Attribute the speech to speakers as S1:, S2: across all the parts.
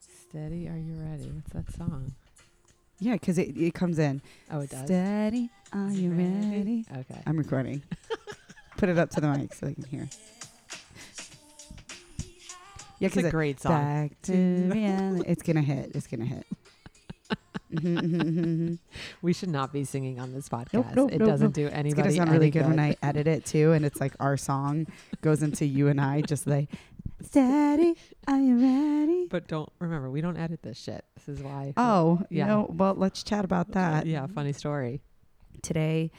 S1: Steady, are you ready? What's that song?
S2: Yeah, because it, it comes in.
S1: Oh, it does.
S2: Steady, are you ready? Um,
S1: Okay.
S2: I'm recording. Put it up to the mic so they can hear. Yeah,
S1: It's
S2: because
S1: a great song.
S2: back to reality. It's gonna hit. It's gonna hit. Mhm, mhm, mhm, mhm.
S1: We should not be singing on this podcast.
S2: nope,
S1: it
S2: nope,
S1: doesn't
S2: nope.
S1: do
S2: It's
S1: anybody
S2: gonna sound
S1: any
S2: really good when I edit it too, and it's like our song goes into you and I, just like steady. Are you ready?
S1: But don't remember, we don't edit this shit. This is why.
S2: Oh, you
S1: Yeah. Uh,
S2: know, well, let's chat about that.
S1: yeah, funny story.
S2: Today,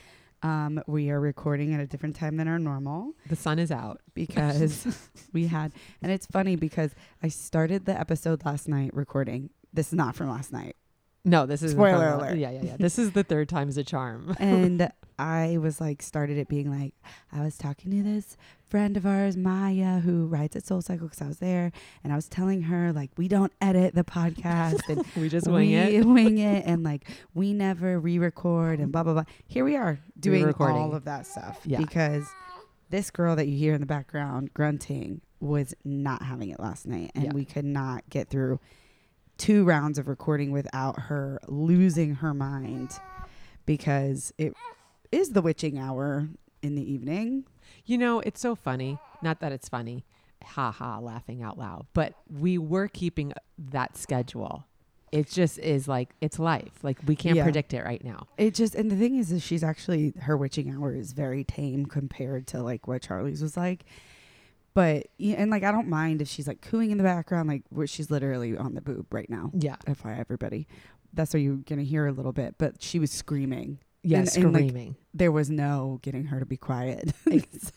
S2: um, we are recording at a different time than our normal.
S1: The sun is out.
S2: because we had and it's funny because I started the episode last night recording. This is not from last night.
S1: No, this is
S2: Spoiler alert.
S1: Yeah, yeah, yeah. This is the third time's a charm.
S2: And I was like started it being like I was talking to this friend of ours, Maya, who rides at Soul Cycle because I was there and I was telling her like we don't edit the podcast and
S1: We just wing
S2: we
S1: it.
S2: wing it and like we never re-record and blah blah blah. Here we are doing
S1: Re-recording.
S2: all of that stuff
S1: Yeah.
S2: because this girl that you hear in the background grunting was not having it last night, and
S1: Yeah.
S2: we could not get through two rounds of recording without her losing her mind because it is the witching hour in the evening.
S1: You know, it's so funny. Not that it's funny. Ha ha, laughing out loud. But we were keeping uh, that schedule. It just is like it's life. Like we can't
S2: Yeah.
S1: predict it right now.
S2: It just and the thing is, is she's actually her witching hour is very tame compared to like what Charlie's was like. But yeah, and like I don't mind if she's like cooing in the background, like where she's literally on the boob right now.
S1: Yeah.
S2: FYI, everybody, that's what you're gonna hear a little bit. But she was screaming.
S1: Yeah,
S2: And- and, like,
S1: screaming.
S2: There was no getting her to be quiet.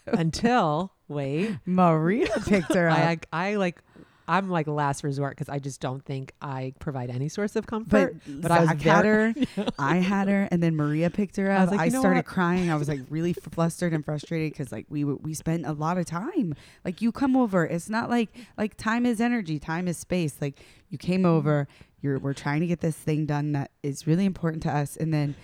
S1: until wait,
S2: Maria picked her up.
S1: I, I like I'm like last resort because I just don't think I provide any source of
S2: but
S1: comfort.
S2: but
S1: I
S2: I
S1: was
S2: had her. I had her, and then Maria picked her
S1: I was
S2: up. I,
S1: like, "You know
S2: started
S1: what?"
S2: crying. I was like really flustered and frustrated because like we w- we spent a lot of time. Like you come over, it's not like like time is energy, time is space. Like you came
S1: Mm-hmm.
S2: over, you're we're trying to get this thing done that is really important to us, and then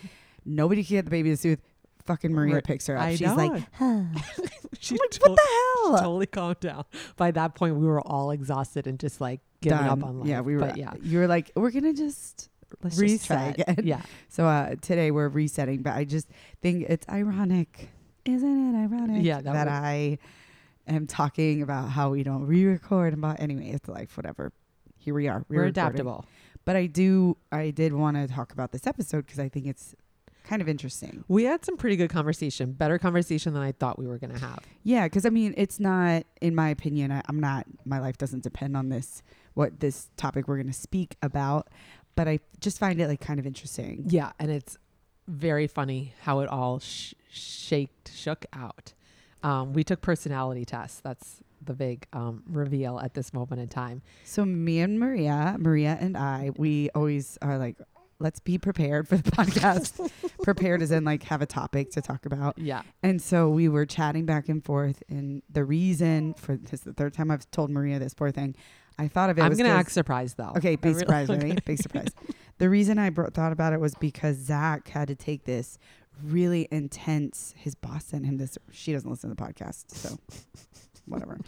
S2: nobody can get the baby to soothe. Fucking Maria
S1: Right.
S2: picks her up.
S1: I
S2: She's
S1: know.
S2: like, huh.
S1: she
S2: I'm like,
S1: to-
S2: what the
S1: she
S2: hell?
S1: totally calmed down. By that point, we were all exhausted and just like giving
S2: Done.
S1: up on life.
S2: Yeah, we were.
S1: But yeah,
S2: you were like, we're gonna just let's just try
S1: reset.
S2: again.
S1: Yeah,
S2: So uh, today we're resetting, but I just think it's ironic, isn't it ironic?
S1: Yeah, that
S2: that,
S1: would-
S2: I am talking about how we don't re-record and about anyway, it's life, whatever. Here we are.
S1: we're
S2: re-recording.
S1: adaptable.
S2: but I do, I did want to talk about this episode because I think it's kind of interesting.
S1: We had some pretty good conversation, better conversation than I thought we were gonna have.
S2: Yeah, because I mean, it's not, in my opinion, I, I'm not, my life doesn't depend on this, what this topic we're going to speak about, but I just find it like kind of interesting.
S1: Yeah, and it's very funny how it all sh- shaked, shook out. Um, we took personality tests. That's the big um, reveal at this moment in time.
S2: So me and Maria, Maria and I, we always are like, let's be prepared for the podcast. prepared as in like have a topic to talk about.
S1: Yeah,
S2: And so we were chatting back and forth, and the reason for this is the third time I've told Maria this poor thing. I thought of it.
S1: I'm
S2: was
S1: gonna
S2: 'cause-
S1: act surprised though.
S2: Okay,
S1: I
S2: big
S1: really-
S2: surprise, ready? Big surprise. The reason I bro- thought about it was because Zach had to take this really intense. His boss sent him this. She doesn't listen to the podcast, so whatever.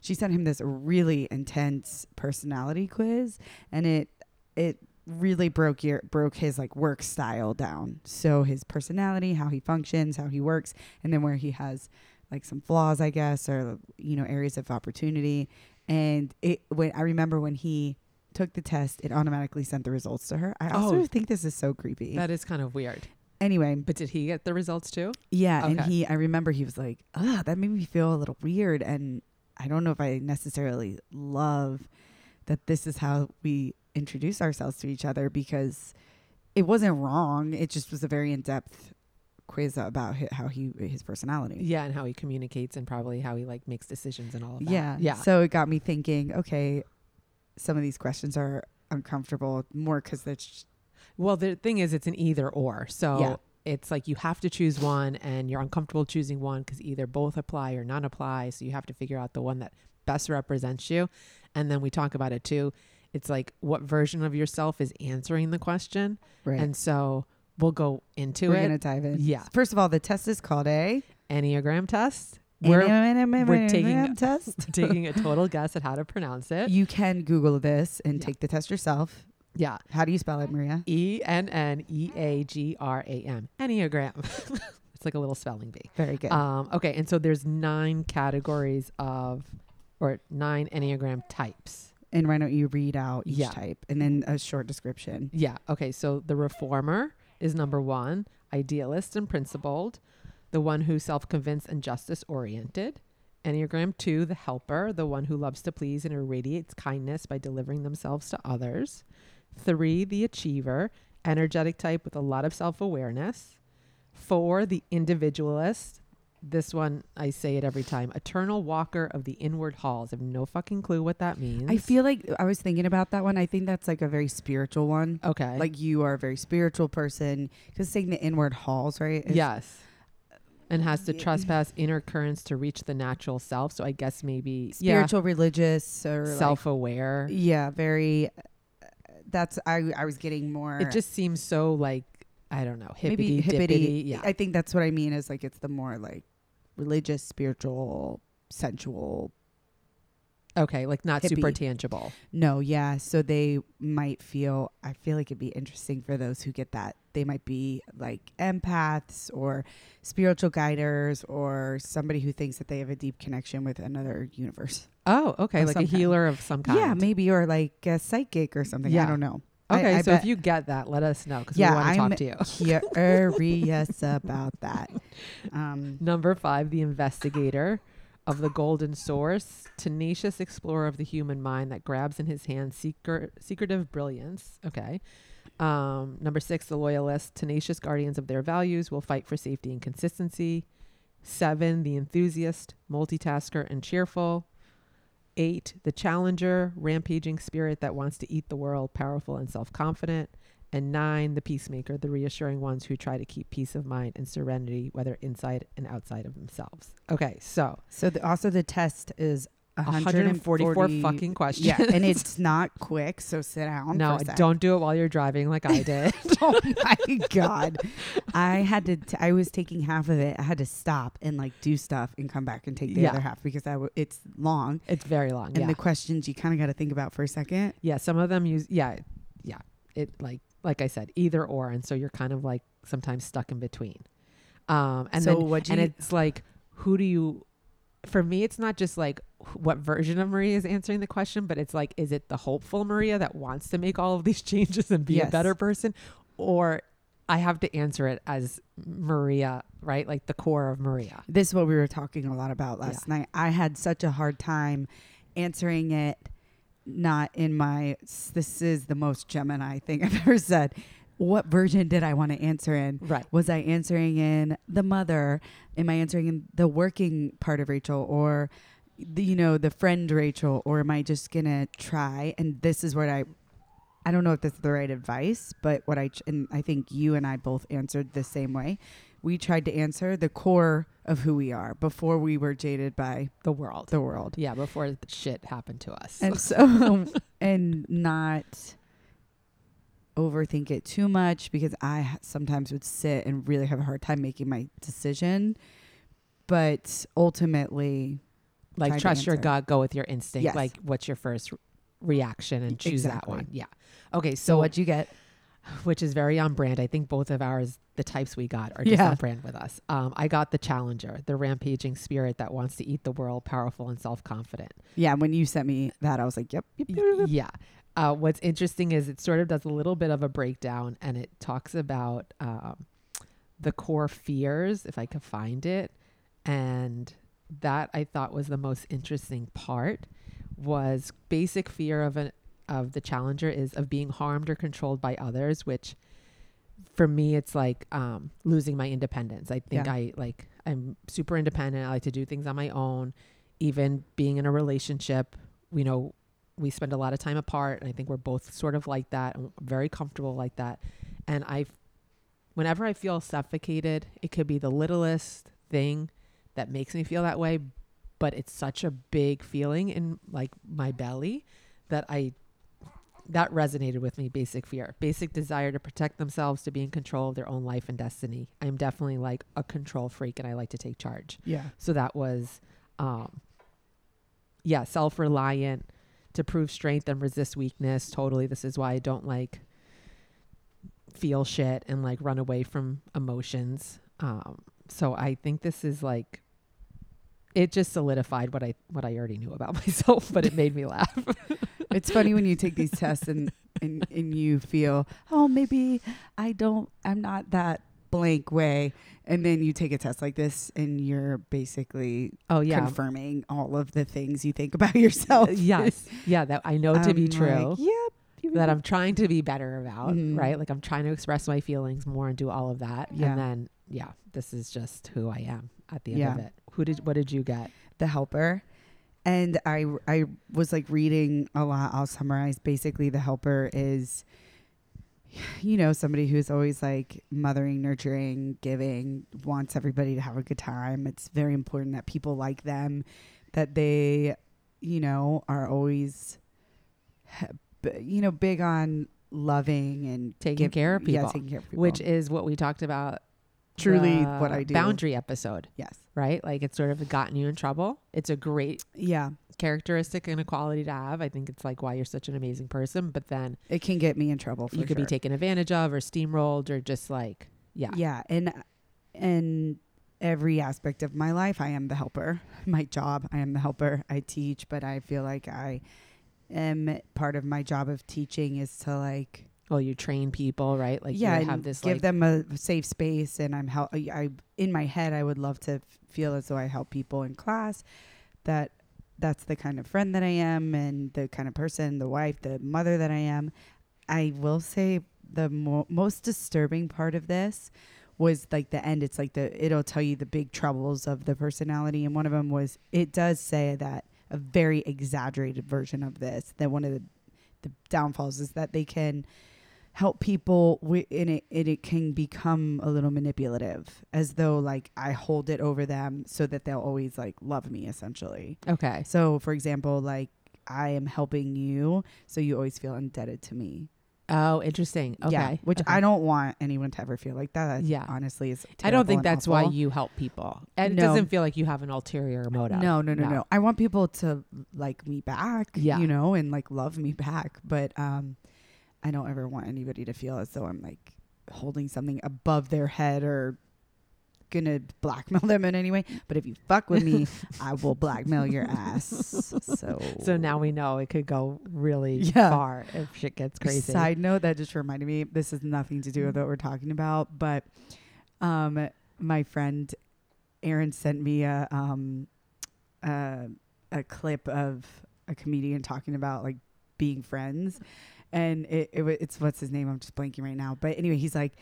S2: She sent him this really intense personality quiz, and it it really broke your broke his like work style down. So his personality, how he functions, how he works, and then where he has like some flaws, I guess, or you know areas of opportunity. And it when I remember when he took the test, it automatically sent the results to her. I also
S1: Oh.
S2: think this is so creepy.
S1: That is kind of weird.
S2: anyway,
S1: But did he get the results too?
S2: yeah, and
S1: Okay.
S2: he I remember he was like, "Ah, that made me feel a little weird and I don't know if I necessarily love that this is how we introduce ourselves to each other because it wasn't wrong. It just was a very in-depth quiz about hi- how he his personality.
S1: Yeah, and how he communicates and probably how he like makes decisions and all of that.
S2: Yeah.
S1: yeah.
S2: So it got me thinking, okay, some of these questions are uncomfortable more cuz they're just-
S1: well, the thing is, it's an either or. So
S2: Yeah.
S1: it's like you have to choose one, and you're uncomfortable choosing one because either both apply or none apply. So you have to figure out the one that best represents you. And then we talk about it too. It's like what version of yourself is answering the question,
S2: right.
S1: and so we'll go into
S2: We're
S1: it.
S2: going to dive in.
S1: Yeah.
S2: First of all, the test is called a
S1: Enneagram test. We're
S2: we're
S1: taking-
S2: test.
S1: taking a total guess at how to pronounce it.
S2: You can Google this and
S1: Yeah.
S2: take the test yourself.
S1: Yeah.
S2: How do you spell it, Maria?
S1: E N N E A G R A M. Enneagram. it's like a little spelling bee.
S2: Very good.
S1: Um, okay, and so there's nine categories of, or nine Enneagram types.
S2: and why don't you read out each
S1: yeah.
S2: type and then a short description?
S1: Yeah. Okay, so the reformer is number one, idealist and principled, the one who self convinced and justice oriented. Enneagram two, the helper, the one who loves to please and irradiates kindness by delivering themselves to others. Three, the achiever, energetic type with a lot of self awareness. Four, the individualist. This one, I say it every time eternal walker of the inward halls. I have no fucking clue what that means.
S2: I feel like I was thinking about that one. I think that's like a very spiritual one.
S1: okay.
S2: Like you are a very spiritual person because saying the inward halls, right? is-
S1: yes. And has to
S2: Yeah.
S1: trespass inner currents to reach the natural self. So I guess maybe
S2: Spiritual, religious, or
S1: yeah,
S2: like-
S1: self aware.
S2: yeah, very. That's I. I was getting more.
S1: It just seems so like I don't know hippity dippity.
S2: maybe hippity.
S1: Yeah,
S2: I think that's what I mean. Is like it's the more like religious, spiritual, sensual.
S1: okay, like not super
S2: hippie.
S1: tangible.
S2: No, yeah. So they might feel. I feel like it'd be interesting for those who get that. They might be like empaths or spiritual guiders or somebody who thinks that they have a deep connection with another universe.
S1: Oh, okay,
S2: Of
S1: like a
S2: some kind.
S1: healer of some kind.
S2: Yeah, maybe or like a psychic or something. I
S1: Yeah.
S2: don't know. I-
S1: Okay,
S2: I
S1: so
S2: bet-
S1: if you get that, let us know because
S2: Yeah,
S1: we want to
S2: I'm-
S1: talk to you.
S2: curious about that. Um,
S1: Number five, the investigator of the golden source, tenacious explorer of the human mind that grabs in his hand secret, secretive brilliance. Okay. Um, number six, the loyalist, tenacious guardians of their values will fight for safety and consistency. Seven, the enthusiast, multitasker, and cheerful. Eight, the challenger, rampaging spirit that wants to eat the world, powerful and self confident. And nine, the peacemaker, the reassuring ones who try to keep peace of mind and serenity, whether inside and outside of themselves. Okay, so
S2: so the, also the test is
S1: 144
S2: 144
S1: fucking questions.
S2: Yeah, and it's not quick, so sit down.
S1: no,
S2: for a sec.
S1: don't do it while you're driving like I did.
S2: oh my god, I had to. T- I was taking half of it. I had to stop and like do stuff and come back and take the
S1: Yeah.
S2: other half because I w- it's long
S1: it's very long.
S2: and
S1: yeah.
S2: the questions you kind of got to think about for a second.
S1: yeah, some of them use yeah, yeah. It like like I said, either or and so you're kind of like sometimes stuck in between. Um and
S2: so
S1: then
S2: what you
S1: and it's like who do you for me it's not just like wh- what version of maria is answering the question but it's like is it the hopeful maria that wants to make all of these changes and be a
S2: Yes.
S1: better person or i have to answer it as maria right like the core of maria
S2: This is what we were talking a lot about last night. I had such a hard time answering it. Not in my. This is the most Gemini thing I've ever said. What version did I want to answer in?
S1: right
S2: Was I answering in the mother? Am I answering in the working part of Rachel or the, you know the friend Rachel? Or am I just gonna try? And this is what I. I don't know if this is the right advice, but what I ch- and I think you and I both answered the same way. We tried to answer the core of who we are before we were jaded by
S1: the world
S2: the world,
S1: yeah before the shit happened to us
S2: and so and not overthink it too much because I h- sometimes would sit and really have a hard time making my decision. But ultimately,
S1: like
S2: tried to
S1: trust your
S2: answer.
S1: gut go with your instinct
S2: Yes.
S1: like what's your first re- reaction and choose
S2: Exactly.
S1: that one yeah okay
S2: so,
S1: so
S2: what'd you get?
S1: which is very on brand. I think both of ours, the types we got, are just
S2: Yeah.
S1: on brand with us. Um, I got the challenger, the rampaging spirit that wants to eat the world, powerful and self confident.
S2: Yeah, when you sent me that, I was like, yep, yep, yep, yep.
S1: yeah. Uh, what's interesting is it sort of does a little bit of a breakdown and it talks about um, the core fears, if I could find it. And that I thought was the most interesting part was basic fear of an of the challenger is of being harmed or controlled by others, which for me it's like um, losing my independence. I think
S2: Yeah.
S1: I like I'm super independent. I like to do things on my own. Even being in a relationship, you know, we spend a lot of time apart, and I think we're both sort of like that, and very comfortable like that. And I, whenever I feel suffocated, it could be the littlest thing that makes me feel that way, but it's such a big feeling in like my belly that I that resonated with me basic fear basic desire to protect themselves to be in control of their own life and destiny i'm definitely like a control freak and i like to take charge
S2: Yeah.
S1: so that was um yeah self-reliant to prove strength and resist weakness totally this is why i don't like feel shit and like run away from emotions um so i think this is like it just solidified what i what i already knew about myself but it made me laugh
S2: It's funny when you take these tests and, and and you feel, oh, maybe I don't, I'm not that blank way, and then you take a test like this, and you're basically
S1: oh yeah
S2: confirming all of the things you think about yourself.
S1: yes yeah that i know to be
S2: I'm
S1: true
S2: Like, yep. you
S1: that
S2: really-
S1: I'm trying to be better about,
S2: Mhm.
S1: right? Like I'm trying to express my feelings more and do all of that.
S2: Yeah.
S1: And then yeah, this is just who I am at the end of
S2: Yeah.
S1: it. Who did what did you get?
S2: the helper and i i was like reading a lot i'll summarize basically the helper is you know somebody who's always like mothering nurturing giving wants everybody to have a good time it's very important that people like them that they you know are always b- you know big on loving and
S1: Taking care of
S2: yeah,
S1: people,
S2: taking care of people
S1: Which is what we talked about
S2: truly
S1: the
S2: what i do
S1: Boundary episode,
S2: yes
S1: right? Like it's sort of gotten you in trouble. It's a great
S2: yeah
S1: characteristic and a quality to have. I think it's like why you're such an amazing person, but then
S2: it can get me in trouble for
S1: you could
S2: sure.
S1: be taken advantage of or steamrolled or just like yeah.
S2: yeah and and every aspect of my life i am the helper my job i am the helper i teach but i feel like i am part of my job of teaching is to like
S1: Well, you train people, right? Like
S2: yeah
S1: you have
S2: and
S1: this
S2: give
S1: like
S2: them a safe space and i'm help I, I in my head i would love to f- feel as though i help people in class that that's the kind of friend that i am and the kind of person the wife the mother that i am i will say the mo- most disturbing part of this was like the end it's like the it'll tell you the big troubles of the personality and one of them was it does say that a very exaggerated version of this that one of the the downfalls is that they can help people wi- and it, and it can become a little manipulative as though like i hold it over them so that they'll always like love me essentially
S1: okay.
S2: so for example like i am helping you so you always feel indebted to me
S1: Oh, interesting. Okay.
S2: yeah which
S1: okay.
S2: i don't want anyone to ever feel like that
S1: Yeah.
S2: honestly is
S1: I don't
S2: terrible
S1: think
S2: and
S1: that's why
S2: awful.
S1: you help people. And
S2: No.
S1: it doesn't feel like you have an ulterior motive.
S2: No, no, no,
S1: No.
S2: no, I want people to like me back,
S1: Yeah.
S2: you know, and like love me back. But um, I don't ever want anybody to feel as though I'm like holding something above their head or gonna blackmail them in any way. But if you fuck with me, I will blackmail your ass. So,
S1: So now we know it could go really
S2: Yeah.
S1: far if shit gets crazy. Mm.
S2: Side note that just reminded me. This has nothing to do with what we're talking about, but um, my friend Aaron sent me a um, a, a clip of a comedian talking about like being friends, and it, it wa- it's what's his name? I'm just blanking right now. But anyway, he's like,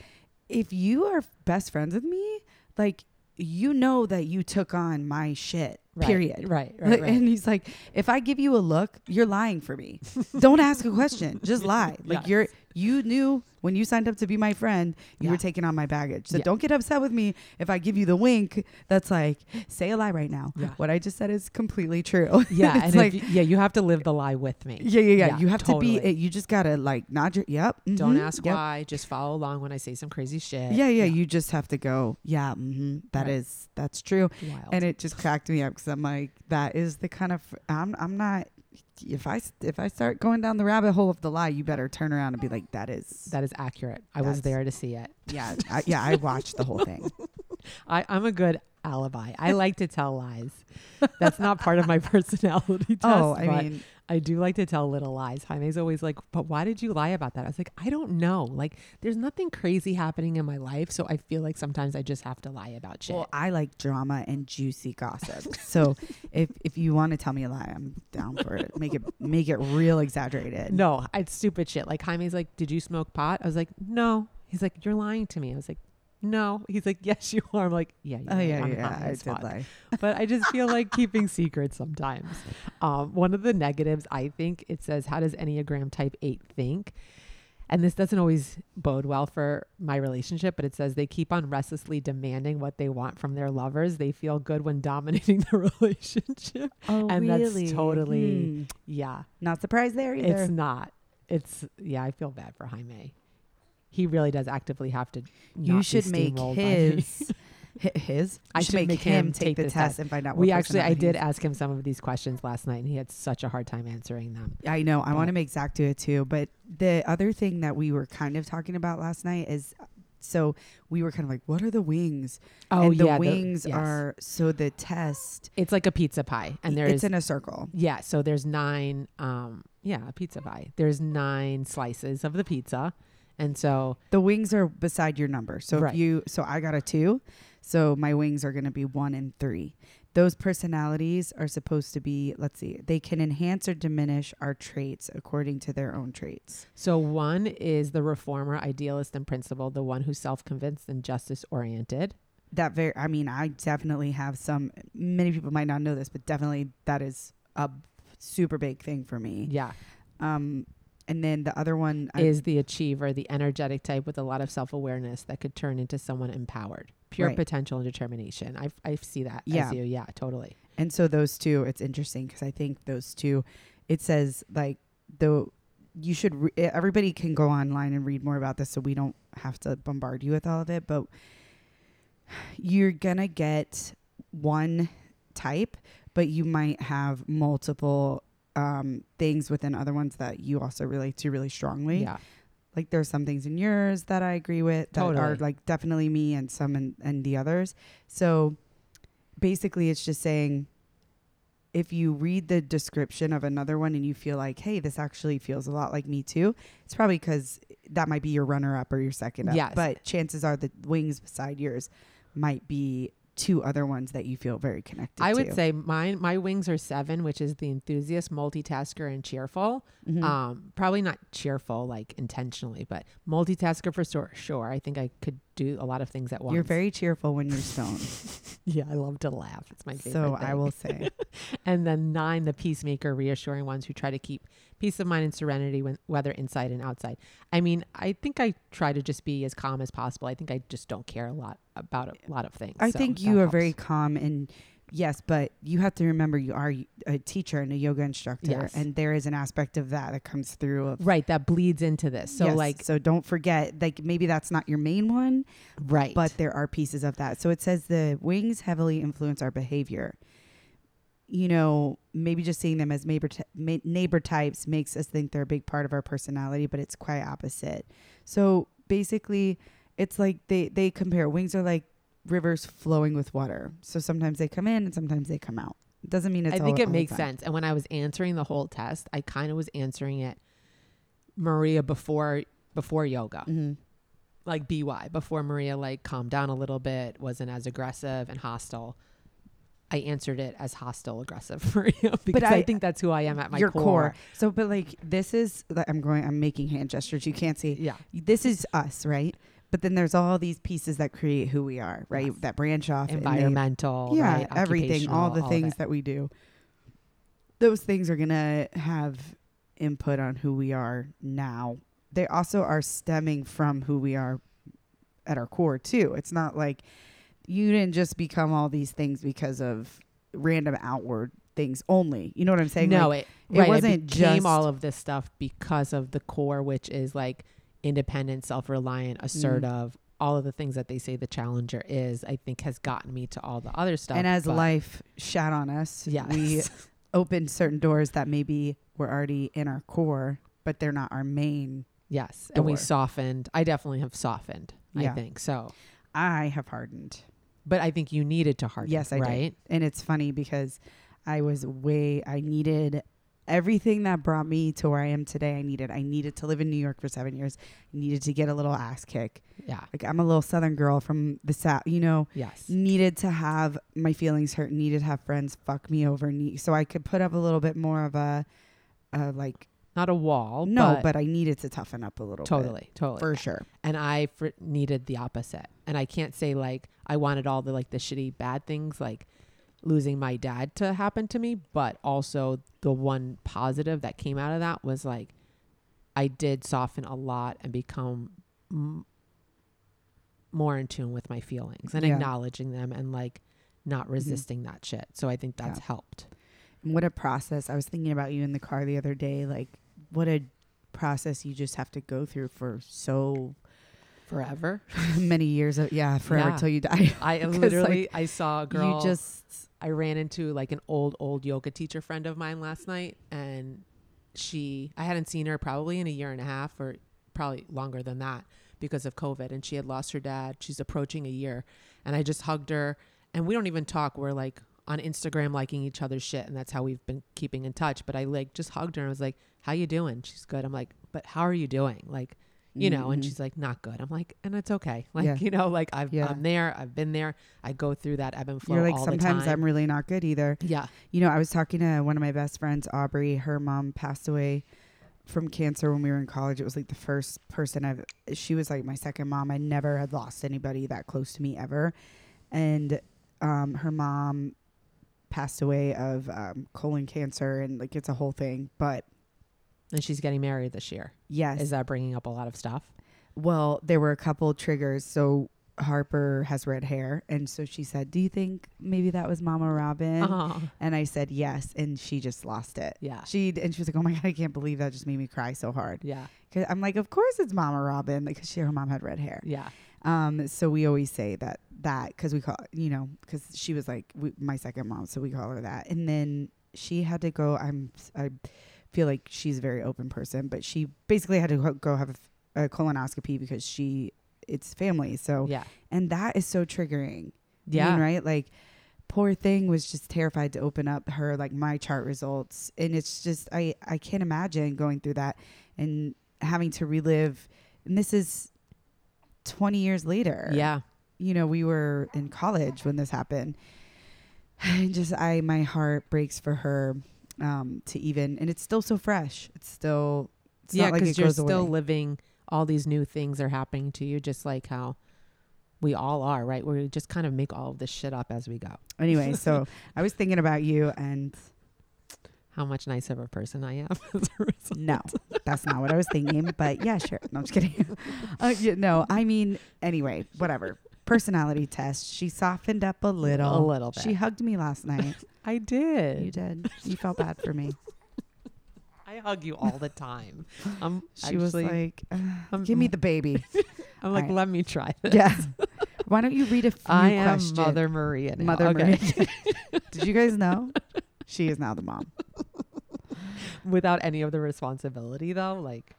S2: if you are best friends with me, like you know that you took on my shit.
S1: Right,
S2: Period.
S1: Right, right, right.
S2: And he's like, if I give you a look, you're lying for me. Don't ask a question. Just lie. Like
S1: Yes.
S2: you're you knew when you signed up to be my friend, you were
S1: Yeah.
S2: taking on my baggage. So
S1: Yeah.
S2: don't get upset with me if I give you the wink that's like, say a lie right now.
S1: Yeah.
S2: What I just said is completely true.
S1: yeah,
S2: it's
S1: and
S2: like
S1: if you- yeah, you have to live the lie with me.
S2: yeah, yeah, yeah,
S1: Yeah,
S2: You have to be
S1: totally.
S2: you just gotta like nod your yep.
S1: Don't
S2: mhm,
S1: ask
S2: yep.
S1: why. Just follow along when I say some crazy shit.
S2: Yeah, yeah, You just have to go, yeah, mm-hmm, That is
S1: Right.
S2: that's true.
S1: Wild.
S2: and it just cracked me up because I'm like, that is the kind of I'm I'm not. If I if I start going down the rabbit hole of the lie, you better turn around and be like, that is
S1: that is accurate. I was
S2: That's-
S1: there to see it.
S2: yeah I, yeah. I watched the whole thing.
S1: I, I'm a good alibi. I like to tell lies. That's not part of my personality test.
S2: oh, I
S1: but
S2: mean,
S1: I do like to tell little lies. Jaime's always like, but why did you lie about that? I was like, I don't know. Like, there's nothing crazy happening in my life. So I feel like sometimes I just have to lie about shit.
S2: well, I like drama and juicy gossip. so if if you want to tell me a lie, I'm down for it. Make it make it real exaggerated.
S1: no, it's stupid shit. Like, Jaime's like, did you smoke pot? I was like, no. He's like, you're lying to me. I was like, no. He's like, yes, you are. I'm like, yeah, you're
S2: Oh
S1: right.
S2: yeah,
S1: I'm
S2: yeah.
S1: high
S2: I
S1: as
S2: did
S1: fuck."
S2: lie.
S1: but I just feel like keeping secrets sometimes. Um, one of the negatives, I think, it says, How does Enneagram type eight think? And this doesn't always bode well for my relationship, but it says they keep on restlessly demanding what they want from their lovers. They feel good when dominating the relationship.
S2: Oh,
S1: And that's really? totally- Yeah,
S2: not surprised there either.
S1: it's not. it's yeah, I feel bad for Jaime. He really does actively have to. not
S2: You
S1: be
S2: should make
S1: steamrolled by me.
S2: his. hi- His.
S1: I
S2: You
S1: should make him take
S2: take the
S1: the test.
S2: test and find out. What
S1: we
S2: person
S1: actually,
S2: that
S1: I did
S2: he's-
S1: ask him some of these questions last night, and he had such a hard time answering them.
S2: I know. I
S1: But-
S2: want to make Zach do it too. But the other thing that we were kind of talking about last night is so we were kind of like, what are the wings?
S1: Oh
S2: and the
S1: yeah,
S2: wings
S1: yes.
S2: are so the test.
S1: It's like a pizza pie, and there
S2: it's
S1: is
S2: in a circle.
S1: yeah. So there's nine. Um, yeah, a pizza pie. There's nine slices of the pizza, and so
S2: The wings are beside your number. So
S1: Right.
S2: if you, so I got a two. So my wings are going to be one and three. Those personalities are supposed to be, let's see, they can enhance or diminish our traits according to their own traits.
S1: So one is the reformer, idealist, and principled, the one who's self-convinced and justice-oriented.
S2: That very, I mean, I definitely have some, many people might not know this, but definitely that is a super big thing for me.
S1: Yeah,
S2: Um, and then the other one Mm. I-
S1: is the achiever, the energetic type with a lot of self-awareness that could turn into someone empowered, pure
S2: Right.
S1: potential and determination. I I see that.
S2: Yeah.
S1: as you. yeah, totally.
S2: And so those two, it's interesting because I think those two, it says like the you should re- e, everybody can go online and read more about this, so we don't have to bombard you with all of it. But you're gonna get one type, but you might have multiple um, things within other ones that you also relate to really strongly.
S1: Yeah,
S2: Like there's some things in yours that I agree with that are
S1: Totally.
S2: like definitely me and some and, and the others. So basically it's just saying if you read the description of another one and you feel like, hey, this actually feels a lot like me too, it's probably because that might be your runner up or your second up.
S1: Yes.
S2: But chances are the wings beside yours might be two other ones that you feel very connected
S1: I
S2: to.
S1: would say mine. My wings are seven, which is the enthusiast, multitasker, and cheerful.
S2: Mhm.
S1: um probably not cheerful like intentionally but multitasker for sure sure i think i could do a lot of things at once
S2: you're very cheerful when you're stoned.
S1: yeah i love to laugh it's my favorite
S2: so I
S1: thing.
S2: will say
S1: and then nine the peacemaker reassuring ones who try to keep peace of mind and serenity when whether inside and outside i mean i think i try to just be as calm as possible i think i just don't care a lot about a lot of things
S2: I
S1: so
S2: think
S1: that
S2: you are
S1: helps.
S2: very calm and yes, but you have to remember you are a teacher and a yoga instructor,
S1: Yes.
S2: and there is an aspect of that that comes through. Of
S1: right that bleeds into this so
S2: Yes,
S1: like
S2: so don't forget, like maybe that's not your main one,
S1: right
S2: but there are pieces of that. So it says the wings heavily influence our behavior. You know, maybe just seeing them as neighbor t- ma- neighbor types makes us think they're a big part of our personality, but it's quite opposite. So basically, it's like they they compare wings are like rivers flowing with water. So sometimes they come in and sometimes they come out. Doesn't mean it's.
S1: I
S2: all
S1: think
S2: at
S1: it
S2: all
S1: makes
S2: the time.
S1: sense. And when I was answering the whole test, I kind of was answering it Maria before before yoga,
S2: Mhm.
S1: like BY before Maria like calmed down a little bit, wasn't as aggressive and hostile. I answered it as hostile, aggressive Maria because I,
S2: I-
S1: think that's who I am at my
S2: Your core. So, but like this is. I'm going. I'm making hand gestures. You can't see.
S1: Yeah,
S2: this is us, right? But then there's all these pieces that create who we are, right?
S1: Yes.
S2: That branch off and they-
S1: environmental,
S2: yeah,
S1: right?
S2: everything,
S1: occupational,
S2: all the
S1: of
S2: things
S1: it.
S2: that we do. Those things are gonna have input on who we are now. They also are stemming from who we are at our core too. It's not like you didn't just become all these things because of random outward things only. You know what I'm saying?
S1: no,
S2: Like,
S1: it,
S2: it
S1: right,
S2: wasn't
S1: it became
S2: just-
S1: all of this stuff because of the core, which is like independent, self-reliant,
S2: Mm.
S1: assertive. All of the things that they say the challenger is, I think, has gotten me to all the other stuff.
S2: and as
S1: but-
S2: life shat on us,
S1: yes,
S2: we opened certain doors that maybe were already in our core, but they're not our main.
S1: yes, and we
S2: door.
S1: softened. I definitely have softened. I
S2: Yeah.
S1: think so,
S2: I have hardened.
S1: but I think you needed to harden.
S2: Yes, I did.
S1: right.
S2: And it's funny because I was way, I needed everything that brought me to where I am today. I needed, I needed to live in New York for seven years. I needed to get a little ass kick.
S1: Yeah.
S2: Like I'm a little Southern girl from the South, you know,
S1: Yes.
S2: needed to have my feelings hurt, needed to have friends fuck me over. Need, so I could put up a little bit more of a, a like,
S1: Not a wall.
S2: no,
S1: but
S2: but I needed to toughen up a little bit.
S1: totally, totally.
S2: For sure.
S1: and I fr- needed the opposite. And I can't say like I wanted all the like the shitty bad things like losing my dad to happen to me, but also the one positive that came out of that was like I did soften a lot and become m- more in tune with my feelings and
S2: Yeah. Mm-hmm.
S1: acknowledging them and like not resisting that shit. So I think that's
S2: Yeah.
S1: helped.
S2: And what a process. I was thinking about you in the car the other day. Like, what a process you just have to go through for so
S1: forever.
S2: many years of yeah forever
S1: Yeah.
S2: till you die
S1: I
S2: 'Cause,
S1: literally, I saw a girl.
S2: you just
S1: I ran into like an old, old yoga teacher friend of mine last night, and she, I hadn't seen her probably in a year and a half or probably longer than that because of COVID. And she had lost her dad. She's approaching a year. And I just hugged her, and we don't even talk. We're like on Instagram liking each other's shit, and that's how we've been keeping in touch. But I like just hugged her and I was like, How you doing? She's good. I'm like, But how are you doing? Like, you know, and
S2: Mhm.
S1: she's like, not good. I'm like, and it's okay. Like,
S2: Yeah.
S1: you know, like I've,
S2: Yeah.
S1: I'm there, I've been there. I go through that ebb and flow
S2: you're like
S1: all the
S2: sometimes
S1: time.
S2: i'm really not good either
S1: yeah.
S2: you know i was talking to one of my best friends aubrey her mom passed away from cancer when we were in college it was like the first person i've she was like my second mom i never had lost anybody that close to me ever and um, her mom passed away of um, colon cancer and like it's a whole thing but
S1: And she's getting married this year.
S2: yes
S1: Is that bringing up a lot of stuff?
S2: Well, there were a couple triggers. So Harper has red hair. And so she said, Do you think maybe that was Mama Robin?
S1: Oh,
S2: And I said, Yes. And she just lost it.
S1: yeah.
S2: She and she was like, "Oh my god, I can't believe that just made me cry so hard."
S1: Yeah.
S2: 'Cause I'm like, "Of course it's Mama Robin," because she her mom had red hair.
S1: Yeah.
S2: Um, so we always say that that because we call you know because she was like we, my second mom, so we call her that. And then she had to go. I'm I feel like she's a very open person, but she basically had to go- go have a, colonoscopy because she it's family. So
S1: Yeah.
S2: and that is so triggering. I
S1: Yeah.
S2: mean, right. Like poor thing was just terrified to open up her like my chart results, and it's just I I can't imagine going through that and having to relive. And this is twenty years later.
S1: Yeah.
S2: You know, we were in college when this happened. And just I my heart breaks for her um to even and it's still so fresh. It's still it's
S1: yeah.
S2: not like
S1: Because
S2: it
S1: you're
S2: goes
S1: still
S2: away.
S1: living, all these new things are happening to you, just like how we all are, right? Where we just kind of make all of this shit up as we go.
S2: anyway, so I was thinking about you and
S1: How much nice of a person I am as a result.
S2: No, that's not what I was thinking. But yeah, sure. No, I'm just kidding. uh, yeah, no, I mean, anyway, whatever. Personality test. She softened up a little.
S1: A little bit.
S2: She hugged me last night.
S1: I
S2: you
S1: did.
S2: did. You felt bad for me.
S1: I hug you all the time. I'm
S2: She was
S1: actually-
S2: like, "Uh,
S1: I'm-
S2: "Give me the baby."
S1: I'm like,
S2: All right.
S1: let me try this.
S2: yeah. Why don't you read a few
S1: I am
S2: questions?
S1: Mother Maria. Now.
S2: Mother
S1: Okay.
S2: Maria. did you guys know? She is now the mom.
S1: without any of the responsibility though like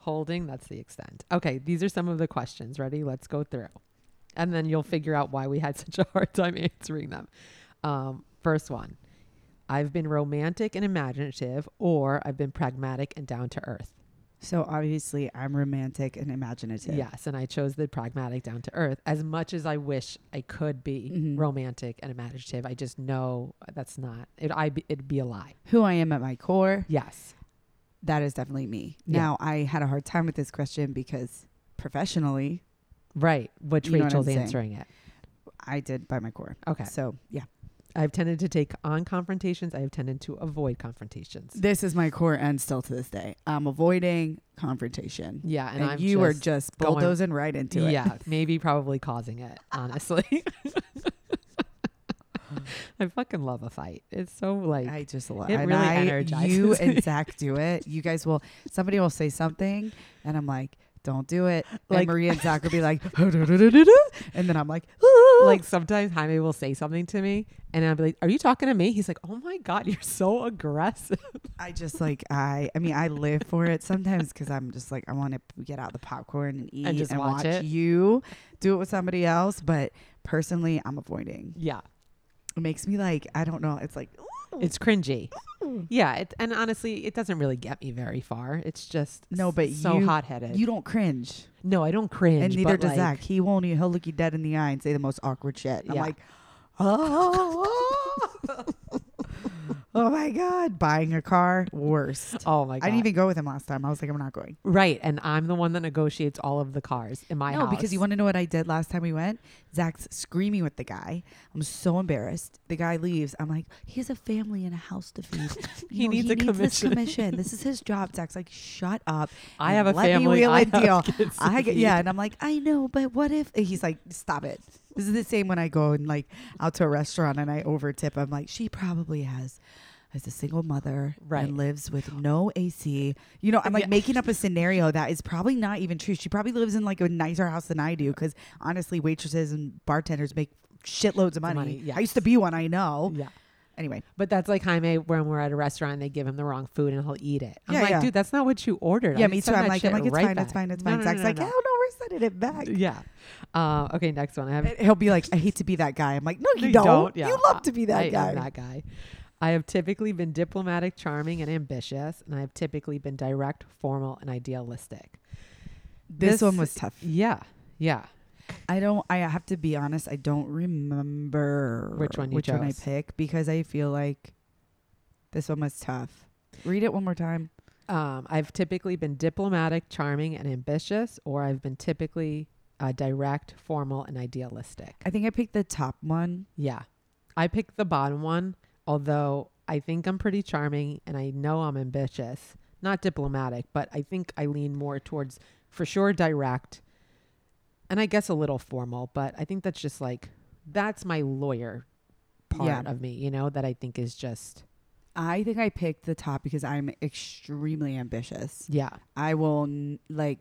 S1: holding that's the extent okay these are some of the questions ready let's go through and then you'll figure out why we had such a hard time answering them um, first one i've been romantic and imaginative or i've been pragmatic and down to earth
S2: So obviously, I'm romantic and imaginative.
S1: yes and i chose the pragmatic down to earth as much as i wish i could be
S2: Mhm.
S1: romantic and imaginative i just know that's not it i it'd be a lie
S2: Who I am at my core.
S1: yes
S2: That is definitely me.
S1: Yeah.
S2: Now, I had a hard time with this question because professionally,
S1: right which
S2: You know what
S1: rachel's
S2: I'm saying.
S1: answering it
S2: I did by my core.
S1: okay
S2: So, yeah.
S1: I've tended to take on confrontations. I have tended to avoid confrontations.
S2: This is my core end still to this day. I'm avoiding confrontation.
S1: Yeah, and,
S2: And,
S1: I'm
S2: you are just
S1: going-
S2: bulldozing right into it.
S1: yeah, maybe probably causing it. Honestly, I fucking love a fight. It's so like
S2: I just love
S1: It
S2: and
S1: really
S2: I-
S1: energizes
S2: You
S1: me.
S2: and Zach do it. You guys will, somebody will say something, and I'm like, don't do it.
S1: Like-
S2: and Maria and Zach will be like, and then I'm like, "Ah."
S1: like sometimes Jaime will say something to me, and I'll be like, "Are you talking to me?" He's like, "Oh my god, you're so aggressive."
S2: I just like I I mean I live for it sometimes because I'm just like I want to get out the popcorn and eat
S1: And just watch it.
S2: you do it with somebody else. But personally, I'm avoiding.
S1: Yeah,
S2: It makes me like I don't know. It's like
S1: it's cringy. Yeah, it, and honestly, it doesn't really get me very far. It's just
S2: No, but
S1: so
S2: you-
S1: hot headed.
S2: you don't cringe,
S1: No, I don't cringe.
S2: and neither
S1: but,
S2: does
S1: like,
S2: Zach. He won't. even- He'll look you dead in the eye and say the most awkward shit. And
S1: Yeah.
S2: I'm like, oh, oh my god, buying a car, worst.
S1: Oh my god!
S2: I didn't even go with him last time. I was like, I'm not going.
S1: Right, and I'm the one that negotiates all of the cars in my
S2: no,
S1: house.
S2: because you want to know what I did last time we went? Zach's screaming with the guy. I'm so embarrassed. The guy leaves. I'm like, he has a family and a house to feed. You
S1: He needs
S2: he
S1: a
S2: needs this
S1: commission."
S2: commission. This is his job. Zach's like, shut up.
S1: I
S2: and
S1: have a
S2: let me
S1: family.
S2: wheel
S1: I
S2: and
S1: have
S2: deal.
S1: kids to
S2: I get,
S1: feed.
S2: yeah, and I'm like, I know, but what if? and He's like, stop it. This is the same when I go and like out to a restaurant and I overtip. I'm like, she probably has a is a single mother
S1: Right.
S2: and lives with no AC. You know, I'm like
S1: Yeah.
S2: making up a scenario that is probably not even true. She probably lives in like a nicer house than I do because honestly, waitresses and bartenders make shitloads of money.
S1: money,
S2: I used
S1: yes. Mm.
S2: to be one, I know.
S1: Yeah.
S2: Anyway,
S1: But that's like Jaime when we're at a restaurant and they give him the wrong food and he'll eat it. I'm
S2: Yeah,
S1: like,
S2: yeah.
S1: dude, that's not what you ordered. I
S2: yeah,
S1: mean,
S2: me too.
S1: send
S2: I'm
S1: that
S2: like,
S1: shit
S2: I'm like, it's
S1: right
S2: fine,
S1: back.
S2: it's fine, it's
S1: No,
S2: fine.
S1: no,
S2: Zach's
S1: no,
S2: like,
S1: no.
S2: oh no, we're sending it back.
S1: Yeah. Uh, okay, next one. I have
S2: And he'll be like, I hate to be that guy. I'm like, no, you
S1: You
S2: don't.
S1: don't, yeah.
S2: You love to be that
S1: I
S2: guy.
S1: am that guy. I have typically been diplomatic, charming, and ambitious, and I have typically been direct, formal, and idealistic. This-
S2: this, one was tough.
S1: Yeah, yeah.
S2: I don't. I have to be honest. I don't remember
S1: Which one you
S2: which one I
S1: chose.
S2: pick because I feel like this one was tough. Read it one more time.
S1: Um, I've typically been diplomatic, charming, and ambitious, or I've been typically uh, direct, formal, and idealistic.
S2: I think I picked the top one.
S1: Yeah. I picked the bottom one, although I think I'm pretty charming and I know I'm ambitious, not diplomatic, but I think I lean more towards for sure direct and I guess a little formal, but I think that's just like that's my lawyer part
S2: Yeah.
S1: of me, you know, that I think is just
S2: I think I picked the top because I'm extremely ambitious.
S1: yeah,
S2: I will n- like.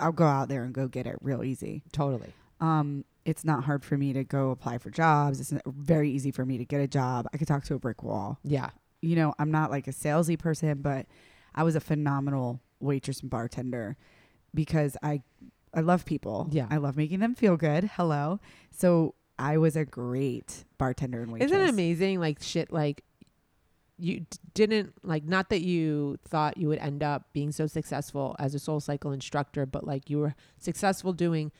S2: I'll go out there and go get it real easy.
S1: totally.
S2: Um, it's not hard for me to go apply for jobs. It's n- very easy for me to get a job. I could talk to a brick wall.
S1: Yeah.
S2: you know, I'm not like a salesy person, but I was a phenomenal waitress and bartender because I I love people.
S1: Yeah.
S2: I love making them feel good. Hello. So I was a great bartender and waitress.
S1: Isn't it amazing like shit like you d- didn't like not that you thought you would end up being so successful as a soul cycle instructor but like you were successful doing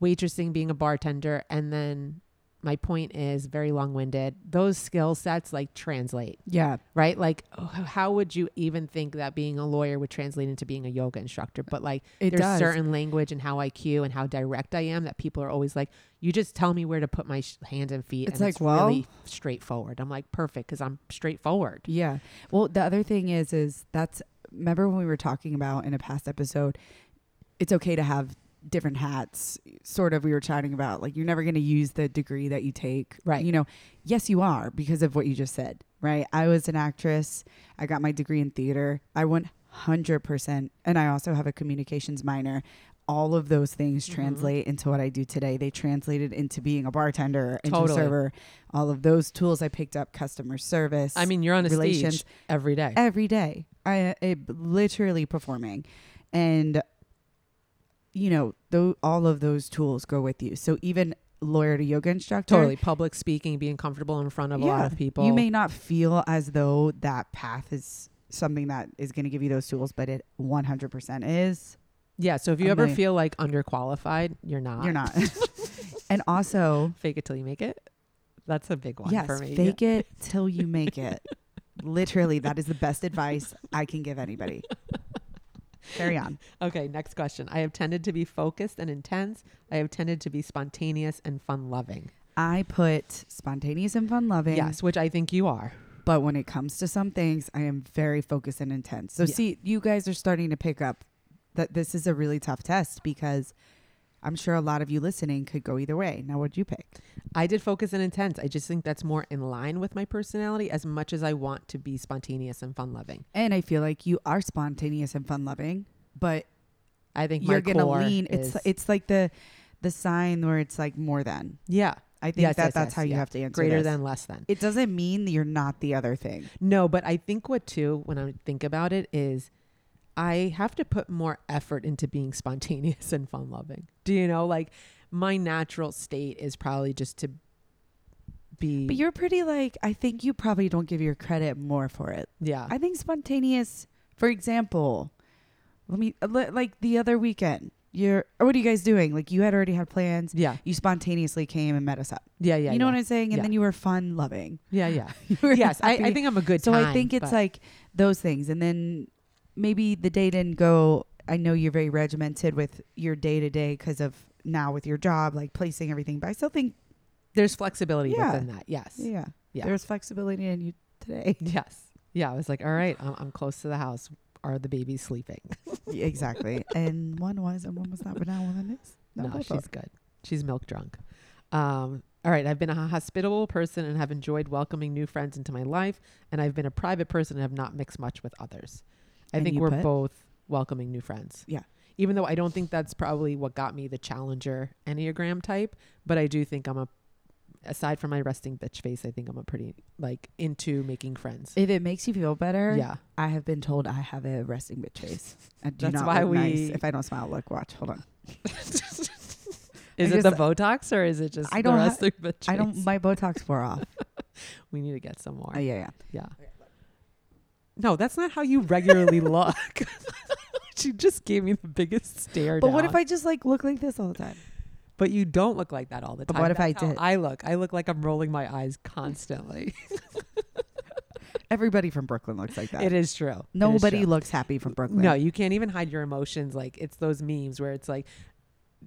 S1: waitressing being a bartender and then my point is very long-winded those skill sets like translate
S2: Yeah.
S1: right like oh, h- how would you even think that being a lawyer would translate into being a yoga instructor but like
S2: It
S1: there's
S2: does.
S1: certain language and how i cue and how direct i am that people are always like you just tell me where to put my sh- hands and feet
S2: It's
S1: and
S2: like,
S1: it's
S2: well-
S1: really straightforward i'm like perfect because i'm straightforward
S2: Yeah. Well, the other thing is, is that's remember when we were talking about in a past episode, it's okay to have different hats. Sort of, we were chatting about like you're never going to use the degree that you take,
S1: Right.
S2: You know, yes, you are because of what you just said, right? I was an actress. I got my degree in theater. I went hundred percent, and I also have a communications minor. All of those things
S1: Mhm.
S2: translate into what I do today. They translated into being a bartender, into a
S1: Totally.
S2: server. All of those tools I picked up, customer service.
S1: i mean you're on a
S2: Relations.
S1: stage every day
S2: every day. I uh, it, literally performing, and you know, though all of those tools go with you. So even lawyer to yoga instructor,
S1: totally public speaking being comfortable in front of a
S2: Yeah.
S1: lot of people
S2: you may not feel as though that path is something that is going to give you those tools, but it 100% is.
S1: yeah so if you
S2: I
S1: ever
S2: may.
S1: feel like underqualified you're not
S2: You're not. and also,
S1: fake it till you make it that's a big one
S2: yes,
S1: for me
S2: fake it till you make it. literally, that is the best advice I can give anybody. Carry on.
S1: Okay, next question. I have tended to be focused and intense. I have tended to be spontaneous and fun loving.
S2: I put spontaneous and fun loving.
S1: Yes, which I think you are.
S2: But when it comes to some things, I am very focused and intense. So
S1: Yeah.
S2: see, you guys are starting to pick up that this is a really tough test because I'm sure a lot of you listening could go either way. Now, what'd you pick?
S1: I did focus and intense. I just think that's more in line with my personality as much as I want to be spontaneous and fun loving.
S2: And I feel like you are spontaneous and fun loving, but
S1: I think
S2: you're
S1: my
S2: gonna
S1: core
S2: lean.
S1: Is,
S2: It's it's like the the sign where it's like more than.
S1: yeah,
S2: I think
S1: Yes,
S2: that
S1: yes,
S2: that's
S1: yes,
S2: how you
S1: yeah.
S2: have to answer.
S1: greater
S2: this.
S1: than, less than.
S2: It doesn't mean that you're not the other thing.
S1: No, but I think what too, when I think about it, is I have to put more effort into being spontaneous and fun loving. Do you know? Like my natural state is probably just to be.
S2: But you're pretty like I think you probably don't give your credit more for it.
S1: yeah.
S2: I think spontaneous. For example, let me uh, li- like the other weekend. You're or what are you guys doing? Like you had already had plans.
S1: yeah.
S2: You spontaneously came and met us up.
S1: Yeah, yeah.
S2: you know
S1: yeah.
S2: what I'm saying? And
S1: Yeah.
S2: then you were fun loving.
S1: Yeah, yeah.
S2: You were
S1: yes, I, I
S2: happy.
S1: think I'm a good.
S2: so. I
S1: time,
S2: think it's
S1: but-
S2: like those things, and then maybe the day didn't go. I know you're very regimented with your day to day because of now with your job, like placing everything. But I still think
S1: there's flexibility
S2: Yeah.
S1: within that. Yes,
S2: yeah,
S1: Yeah.
S2: there's flexibility in you today.
S1: yes, yeah. I was like, all right, I'm, I'm close to the house. Are the babies sleeping?
S2: Yeah, exactly. and one was and one was not, but now one is.
S1: No,
S2: both are.
S1: she's good. She's milk drunk. Um, All right, I've been a hospitable person and have enjoyed welcoming new friends into my life, and I've been a private person and have not mixed much with others. I
S2: And
S1: think
S2: you
S1: we're
S2: put?
S1: both welcoming new friends.
S2: Yeah.
S1: Even though I don't think that's probably what got me the challenger Enneagram type, but I do think I'm a aside from my resting bitch face, I think I'm a pretty like into making friends.
S2: If it makes you feel better,
S1: yeah.
S2: I have been told I have a resting bitch face. I do
S1: That's
S2: not
S1: why
S2: look nice
S1: we-
S2: if I don't smile. Look, watch, hold on.
S1: Is
S2: I
S1: it the
S2: guess-
S1: Botox or is it just
S2: I
S1: I
S2: don't
S1: the
S2: ha-
S1: resting bitch
S2: I don't.
S1: face?
S2: My Botox wore off.
S1: We need to get some more.
S2: Oh yeah, yeah.
S1: Yeah. No, that's not how you regularly look. she just gave me the biggest stare.
S2: But what if
S1: down.
S2: I just like look like this all the time?
S1: But you don't look like that all the
S2: But
S1: time.
S2: what if I
S1: That's how
S2: did?
S1: I look. I look like I'm rolling my eyes constantly.
S2: Everybody from Brooklyn looks like that.
S1: it is true. It is
S2: Nobody
S1: true.
S2: looks happy from Brooklyn.
S1: No, you can't even hide your emotions. Like it's those memes where it's like,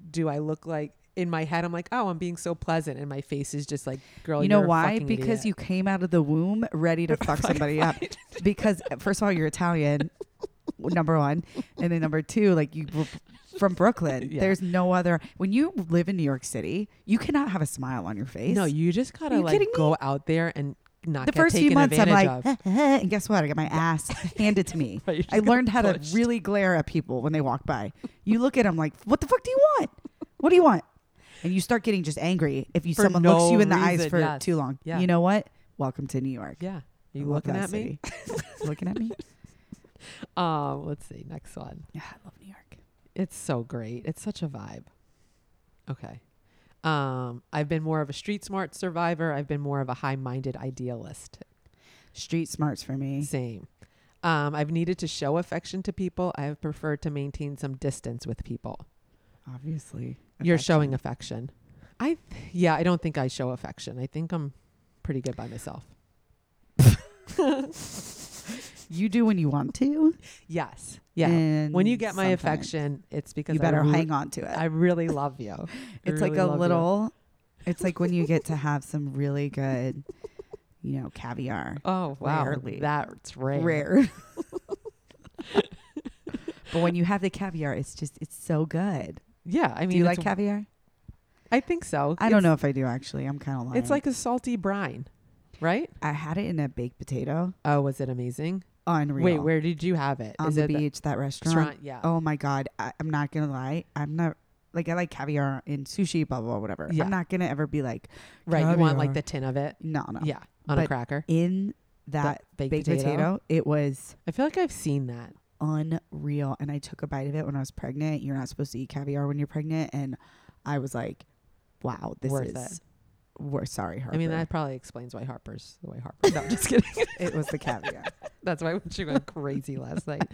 S1: do I look like? In my head, I'm like, oh, I'm being so pleasant, and my face is just like, girl,
S2: you know
S1: you're a
S2: why?
S1: fucking
S2: Because
S1: idiot.
S2: you came out of the womb ready to fuck somebody up. Because first of all, you're Italian, number one, and then number two, like you were from Brooklyn.
S1: Yeah.
S2: There's no other. When you live in New York City, you cannot have a smile on your face.
S1: no, you just gotta
S2: you
S1: like
S2: kidding me?
S1: go out there and not
S2: the
S1: get
S2: first few
S1: taken
S2: months, I'm
S1: advantage
S2: like,
S1: of.
S2: and guess what? I got my ass handed to me.
S1: Right, you're just
S2: I
S1: gonna
S2: learned how to
S1: push.
S2: really glare at people when they walk by. You look at them like, what the fuck do you want? What do you want? And you start getting just angry if you
S1: For
S2: someone
S1: no
S2: looks you in the eyes
S1: reason,
S2: for
S1: yes.
S2: too long.
S1: Yeah.
S2: You know what? Welcome to New York.
S1: Yeah. You
S2: I love
S1: looking
S2: that
S1: at me?
S2: city. looking at me?
S1: Um, let's see. Next one.
S2: Yeah, I love New York.
S1: It's so great. It's such a vibe. Okay. Um, I've been more of a street smart survivor. I've been more of a high minded idealist.
S2: Street smarts for me.
S1: Same. Um, I've needed to show affection to people. I have preferred to maintain some distance with people.
S2: Obviously.
S1: You're showing affection. I, th- yeah, I don't think I show affection. I think I'm pretty good by myself.
S2: You do when you want to.
S1: Yes. Yeah.
S2: and
S1: when you get my
S2: sometimes
S1: affection, it's because
S2: you better
S1: I, re-
S2: hang on to it.
S1: I really love you. I
S2: It's like
S1: really
S2: a
S1: love you.
S2: little. It's like when you get to have some really good, you know, caviar.
S1: Oh wow,
S2: Rarely.
S1: that's rare.
S2: Rare. but when you have the caviar, it's just it's so good.
S1: Yeah, I mean,
S2: do you like
S1: it's-
S2: caviar?
S1: I think so.
S2: I don't know if I do actually. I'm kind of lying.
S1: It's like a salty brine, right?
S2: I had it in a baked potato.
S1: Oh, was it amazing?
S2: Unreal.
S1: Wait, where did you have it?
S2: on
S1: Is
S2: the
S1: it
S2: beach that restaurant?
S1: restaurant? Yeah.
S2: Oh my god, I, I'm not gonna lie. I'm not like I like caviar in sushi, blah blah, blah whatever.
S1: Yeah.
S2: I'm not gonna ever be like
S1: right. You want like
S2: caviar.
S1: the tin of it?
S2: no no.
S1: Yeah, on a
S2: But
S1: cracker.
S2: In that
S1: baked,
S2: baked potato, it was
S1: I feel like I've seen that.
S2: unreal. And I took a bite of it when I was pregnant. You're not supposed to eat caviar when you're pregnant. And I was like, wow, this
S1: Worth
S2: is. We're sorry, Harper.
S1: I mean, that probably explains why Harper's the way Harper. No, I'm just kidding.
S2: it was the caviar.
S1: That's why she went crazy last night.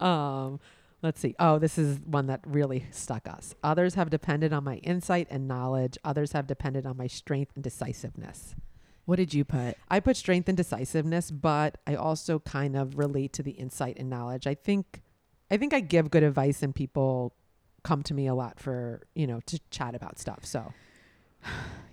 S1: um, let's see. Oh, this is one that really stuck us. Others have depended on my insight and knowledge. Others have depended on my strength and decisiveness.
S2: What did you put?
S1: I put strength and decisiveness, but I also kind of relate to the insight and knowledge. I think I think I give good advice and people come to me a lot for, you know, to chat about stuff. So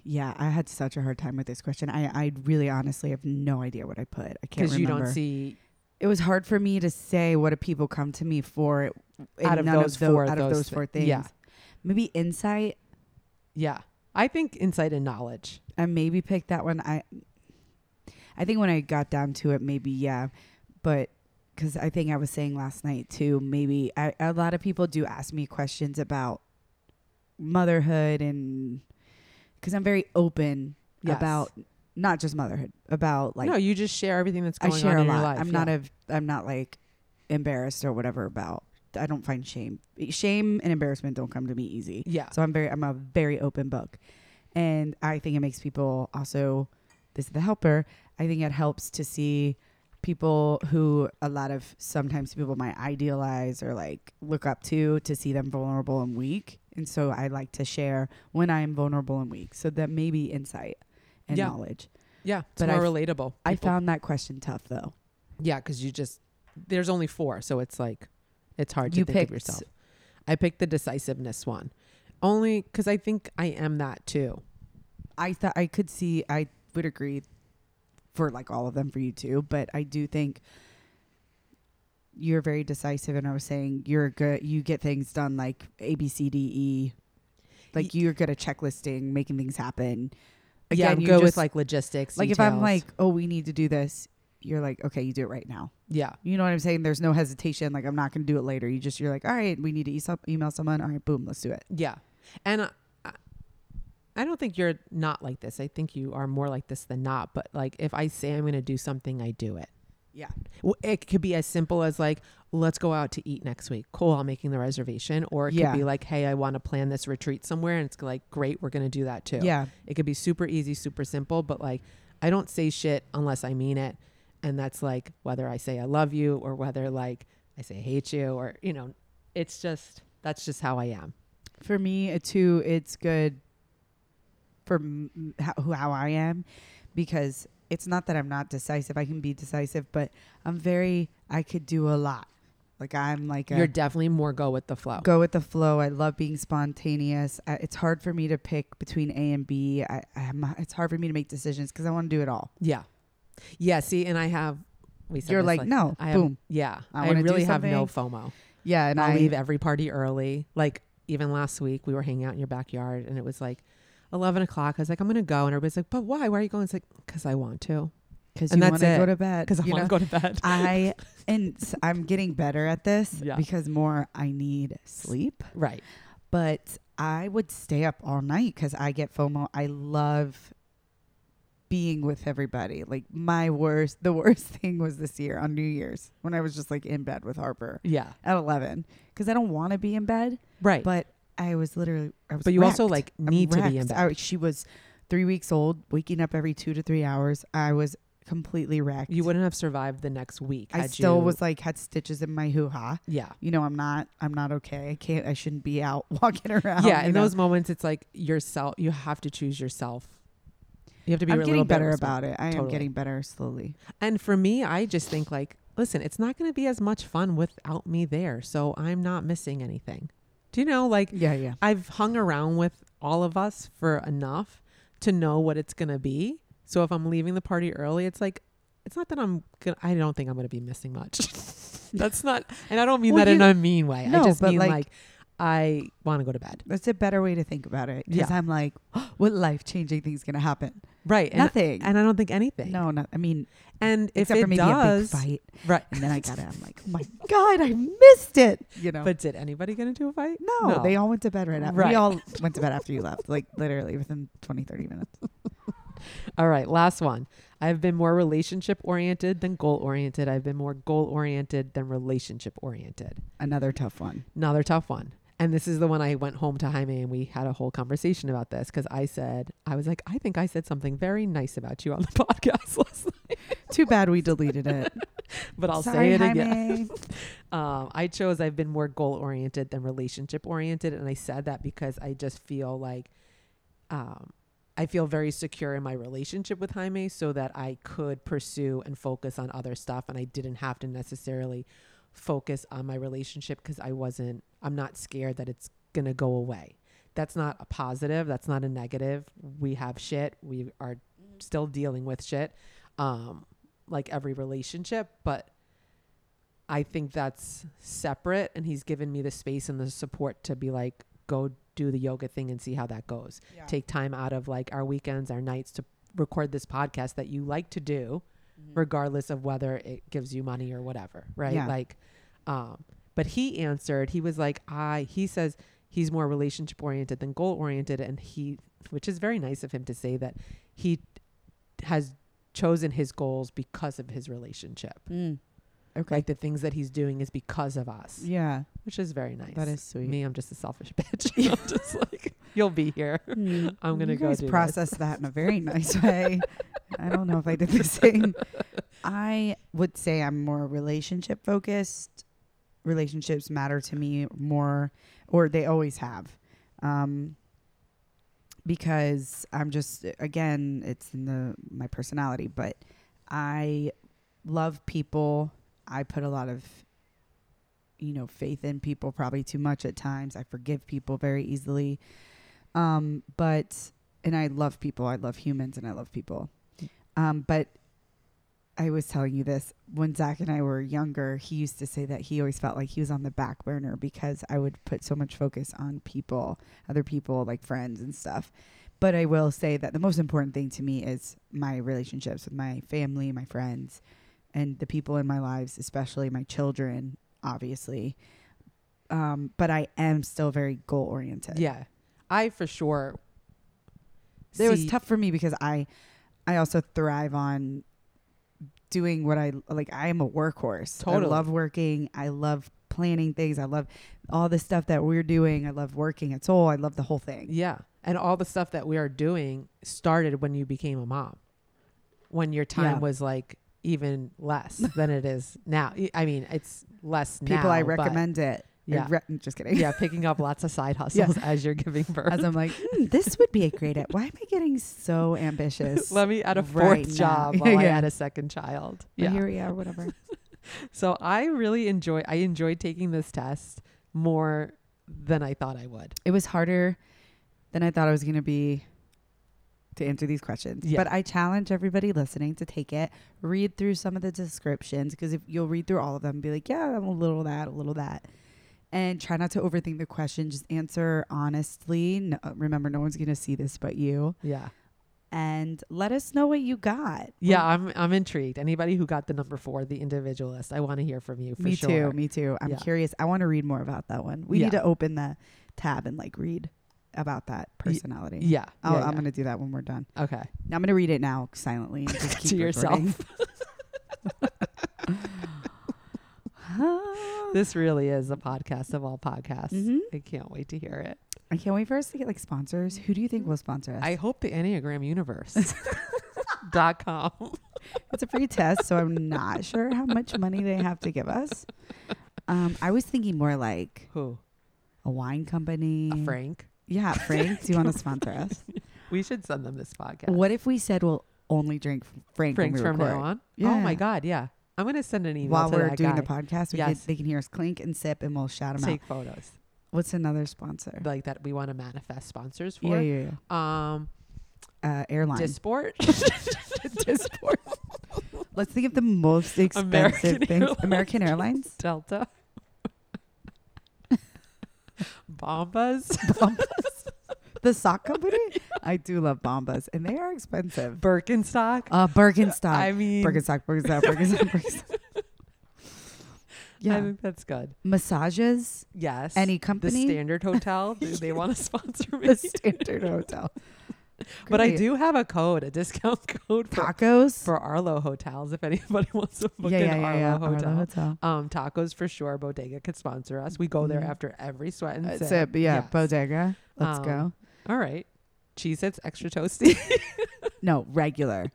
S2: Yeah, I had such a hard time with this question. I, I really honestly have no idea what I put. I can't
S1: because
S2: remember.
S1: you don't see
S2: It was hard for me to say what do people come to me for in
S1: Out of
S2: none
S1: those
S2: tho-
S1: four-
S2: out of
S1: those
S2: those
S1: thi-
S2: four things.
S1: yeah.
S2: Maybe insight.
S1: yeah. I think insight and knowledge.
S2: I maybe picked that one. I I think when I got down to it, maybe yeah, but because I think I was saying last night too, maybe I, a lot of people do ask me questions about motherhood and because I'm very open
S1: Yes.
S2: about not just motherhood, about like
S1: no, you just share everything that's
S2: I
S1: going
S2: share
S1: on
S2: a
S1: in your
S2: lot.
S1: life.
S2: I'm not a I'm not like embarrassed or whatever about. I don't find shame. Shame and embarrassment don't come to me easy.
S1: yeah.
S2: So I'm very I'm a very open book. And I think it makes people also this is the helper. I think it helps to see people who a lot of sometimes people might idealize or like look up to to see them vulnerable and weak. And so I like to share when I am vulnerable and weak. So that may be insight and
S1: Yeah.
S2: knowledge.
S1: Yeah, it's
S2: But
S1: more
S2: I f-
S1: relatable.
S2: I
S1: People-
S2: found that question tough though.
S1: yeah, because you just there's only four, so it's like it's hard to
S2: You
S1: think
S2: picked-
S1: of yourself. I picked the decisiveness one, only because I think I am that too.
S2: I thought I could see I would agree for like all of them for you too, but I do think you're very decisive and I was saying you're good you get things done like A B C D E Like you're good at checklisting, making things happen.
S1: yeah,
S2: Again,
S1: you
S2: you
S1: go with
S2: just-
S1: like logistics.
S2: Like if I'm
S1: details.
S2: like, oh, we need to do this, you're like, okay, you do it right now.
S1: yeah,
S2: You know what I'm saying? There's no hesitation. Like I'm not gonna do it later. You just you're like, all right, we need to e- email someone. All right, boom, let's do it.
S1: yeah, and uh, I- I don't think you're not like this. I think you are more like this than not. But like, if I say I'm going to do something, I do it.
S2: Yeah.
S1: W- It could be as simple as like, let's go out to eat next week. Cool, I'm making the reservation. Or it could
S2: Yeah.
S1: be like, hey, I want to plan this retreat somewhere, and it's like, great, we're going to do that too.
S2: Yeah.
S1: It could be super easy, super simple, but like I don't say shit unless I mean it. And that's like whether I say I love you or whether like I say I hate you or, you know, it's just, that's just how I am.
S2: for me uh, too it's good for m- how, who- how i am because it's not that i'm not decisive i can be decisive but i'm very i could do a lot like i'm like a
S1: You're definitely more go with the flow.
S2: go with the flow i love being spontaneous I, it's hard for me to pick between a and b I, I'm, it's hard for me to make decisions because i want to do it all
S1: Yeah. Yeah. See, and I have, we said
S2: you're
S1: this,
S2: like, no
S1: I have,
S2: boom
S1: Yeah.
S2: I
S1: I,
S2: wanna do
S1: really have no FOMO.
S2: yeah and
S1: And
S2: i
S1: I leave every party early. Like even last week, we were hanging out in your backyard and it was like 11 o'clock. I was like, I'm going to go. And everybody's like, but why? Why are you going? It's like, because I want to.
S2: because you
S1: and
S2: want
S1: that's
S2: to
S1: it.
S2: go to bed
S1: Because I
S2: you
S1: want
S2: know?
S1: to go to bed.
S2: i and s- i'm getting better at this
S1: Yeah.
S2: because more i need sleep
S1: right.
S2: but I would stay up all night because I get FOMO. I love being with everybody. Like my worst, the worst thing was this year on New Year's when I was just like in bed with Harper
S1: Yeah.
S2: at eleven because I don't want to be in bed,
S1: Right.
S2: but I was literally. I was
S1: But you also
S2: wrecked.
S1: like
S2: I'm
S1: need to be in
S2: wrecked.
S1: bed.
S2: I- she was three weeks old, waking up every two to three hours. I was completely wrecked.
S1: you wouldn't have survived the next week.
S2: I
S1: had
S2: still
S1: you-
S2: was like had stitches in my hoo ha.
S1: Yeah.
S2: You know, I'm not. I'm not okay. I can't. I shouldn't be out walking around.
S1: yeah.
S2: you
S1: In
S2: know?
S1: those moments, it's like yourself. You have to choose yourself. You have to be
S2: I'm
S1: a little
S2: getting
S1: bit
S2: better
S1: respect-
S2: about it. I am
S1: Totally.
S2: getting better slowly.
S1: And for me, I just think like, listen, it's not going to be as much fun without me there. So I'm not missing anything. Do you know? Like,
S2: Yeah, yeah.
S1: I've hung around with all of us for enough to know what it's going to be. So if I'm leaving the party early, it's like, it's not that I'm gonna, I don't think I'm going to be missing much. That's not, and I don't mean
S2: Well,
S1: that in
S2: you-
S1: a mean way.
S2: No,
S1: I just
S2: but
S1: mean
S2: like-
S1: like, I want to go to bed.
S2: That's a better way to think about it. Because
S1: Yeah.
S2: I'm like, what life changing thing's gonna happen?
S1: Right. And,
S2: Nothing.
S1: and I don't think anything.
S2: no, not. I mean,
S1: And if
S2: except for
S1: it
S2: maybe
S1: does,
S2: a big fight,
S1: right.
S2: and then I got it. I'm like, oh my god, I missed it. You know.
S1: But did anybody get into a fight?
S2: no,
S1: no.
S2: they all went to bed right after. We
S1: Right.
S2: all went to bed after you left, like literally within 20, 30 minutes.
S1: All right, last one. I've been more relationship oriented than goal oriented. I've been more goal oriented than relationship oriented.
S2: Another tough one.
S1: Another tough one. And this is the one I went home to Jaime and we had a whole conversation about this because I said, I was like, I think I said something very nice about you on the podcast last night,
S2: Too bad we deleted it.
S1: but I'll
S2: Sorry,
S1: say it again.
S2: Jaime.
S1: Um, I chose I've been more goal oriented than relationship oriented. And I said that because I just feel like um, I feel very secure in my relationship with Jaime so that I could pursue and focus on other stuff. And I didn't have to necessarily focus on my relationship because I wasn't, I'm not scared that it's going to go away. That's not a positive. That's not a negative. We have shit. We are still dealing with shit, um, like every relationship. But I think that's separate. And he's given me the space and the support to be like, go do the yoga thing and see how that goes.
S2: Yeah.
S1: Take time out of like our weekends, our nights to record this podcast that you like to do, regardless of whether it gives you money or whatever. Right.
S2: Mm-hmm. Yeah.
S1: Like, um, but he answered, he was like, I, he says he's more relationship oriented than goal oriented. And he, which is very nice of him to say that he has chosen his goals because of his relationship
S2: Mm. Okay.
S1: like the things that he's doing is because of us,
S2: yeah,
S1: which is very nice.
S2: that is sweet.
S1: me. I'm just a selfish bitch. I'm just like you'll be here.
S2: Mm.
S1: I'm gonna
S2: you
S1: go
S2: guys
S1: do this.
S2: process that in a very nice way. I don't know if I did the same. I would say I'm more relationship focused. Relationships matter to me more, or they always have, um, because I'm just again it's in the my personality, but I love people. I put a lot of you know faith in people, probably too much at times. I forgive people very easily um but and i love people i love humans and i love people um but I was telling you this when Zach and I were younger. He used to say that he always felt like he was on the back burner because I would put so much focus on people, other people, like friends and stuff. But I will say that the most important thing to me is my relationships with my family, my friends, and the people in my lives, especially my children, obviously. Um, but I am still very goal oriented.
S1: Yeah. I for sure.
S2: It was
S1: see-
S2: tough for me because I, I also thrive on doing what I like. I am a workhorse.
S1: Totally.
S2: I love working. I love planning things. I love all the stuff that we're doing. I love working at Soul. I love the whole thing.
S1: Yeah. And all the stuff that we are doing started when you became a mom, when your time
S2: Yeah.
S1: was like even less than it is now. Y- I mean, it's less now.
S2: People, I
S1: but-
S2: recommend it. I
S1: Yeah.
S2: re- I'm just kidding.
S1: yeah. Picking up lots of side hustles as you're giving birth.
S2: As I'm like, hmm, this would be a great. At- Why am I getting so ambitious?
S1: Let me add a fourth
S2: right now.
S1: job
S2: Yeah,
S1: while I
S2: yeah.
S1: had a second child.
S2: But
S1: Yeah.
S2: Here we are. Whatever.
S1: So I really enjoy I enjoy taking this test more than I thought I would.
S2: it was harder than I thought it was going to be to answer these questions.
S1: Yeah.
S2: But I challenge everybody listening to take it, read through some of the descriptions because if you'll read through all of them, be like, yeah, I'm a little of that, a little of that, and try not to overthink the question. Just answer honestly. No, remember, no one's going to see this but you,
S1: Yeah.
S2: and let us know what you got.
S1: Yeah, I'm I'm intrigued. Anybody who got the number 4, the individualist, I want to hear from you for
S2: me
S1: sure.
S2: too. Me too. I'm
S1: Yeah.
S2: curious. I want to read more about that one. We
S1: Yeah.
S2: need to open the tab and like read about that personality.
S1: Yeah.
S2: I'll,
S1: yeah,
S2: Oh, I'm
S1: yeah.
S2: going to do that when we're done.
S1: Okay.
S2: Now I'm gonna read it now silently and just keep
S1: to yourself.
S2: recording.
S1: This really is a podcast of all podcasts.
S2: Mhm.
S1: I can't wait to hear it.
S2: I can't wait for us to get like sponsors. Who do you think will sponsor us?
S1: I hope the Enneagram Universe dot com.
S2: it's a free test, so I'm not sure how much money they have to give us. Um, I was thinking more like
S1: Who?
S2: a wine company.
S1: A Uh, Frank.
S2: Yeah, Frank. do you want to sponsor us?
S1: We should send them this podcast.
S2: What if we said we'll only drink Frank
S1: Frank
S2: when we
S1: from
S2: record?
S1: now on? Oh
S2: Yeah.
S1: my god, yeah. I'm going to send an email
S2: While
S1: to
S2: we're
S1: that guy.
S2: doing the podcast, we
S1: Yes.
S2: can, they can hear us clink and sip, and we'll shout them out.
S1: take photos
S2: What's another sponsor?
S1: like that we want to manifest sponsors
S2: yeah,
S1: for.
S2: yeah,
S1: Um,
S2: yeah. Uh, airline.
S1: Disport,
S2: Disport. Let's think of the most expensive
S1: American
S2: things. American Airlines.
S1: Delta, Bombas,
S2: The sock company. I do love Bombas, and they are expensive.
S1: Birkenstock.
S2: Uh, Birkenstock.
S1: I mean,
S2: Birkenstock. Birkenstock. Birkenstock. Birkenstock.
S1: I
S2: yeah.
S1: think that's good.
S2: Massages.
S1: Yes.
S2: Any
S1: the
S2: company.
S1: Standard Hotel. Do they want to sponsor me?
S2: The standard hotel.
S1: but I
S2: Great.
S1: do have a code, a discount code for,
S2: tacos.
S1: for Arlo hotels. If anybody wants to book
S2: yeah,
S1: an
S2: yeah, yeah,
S1: Arlo
S2: yeah. Arlo
S1: hotel.
S2: hotel.
S1: Um, tacos for sure. Bodega could sponsor us. We go there
S2: Mhm.
S1: after every sweat and
S2: That's
S1: sip.
S2: it. But yeah,
S1: Yes.
S2: bodega. Let's
S1: Um,
S2: go.
S1: All right. Cheese Its extra toasty.
S2: No, regular.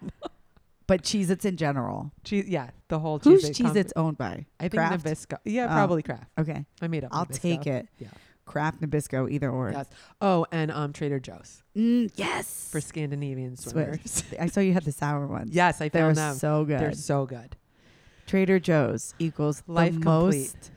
S2: but cheese it's in general.
S1: cheese yeah, the whole cheese.
S2: Who's cheese it's owned by?
S1: I think
S2: Kraft?
S1: Nabisco. Yeah,
S2: Oh.
S1: probably Kraft.
S2: Okay.
S1: I made up.
S2: I'll
S1: Nabisco.
S2: take it.
S1: Yeah.
S2: Craft Nabisco, either or.
S1: Yes. Oh, and um Trader Joe's
S2: Mm, yes.
S1: for Scandinavian
S2: Swimmers.
S1: swimmers.
S2: I saw you had the sour ones.
S1: yes, I
S2: They were
S1: found them.
S2: so good.
S1: They're so good.
S2: Trader Joe's equals
S1: Life
S2: the
S1: complete.
S2: most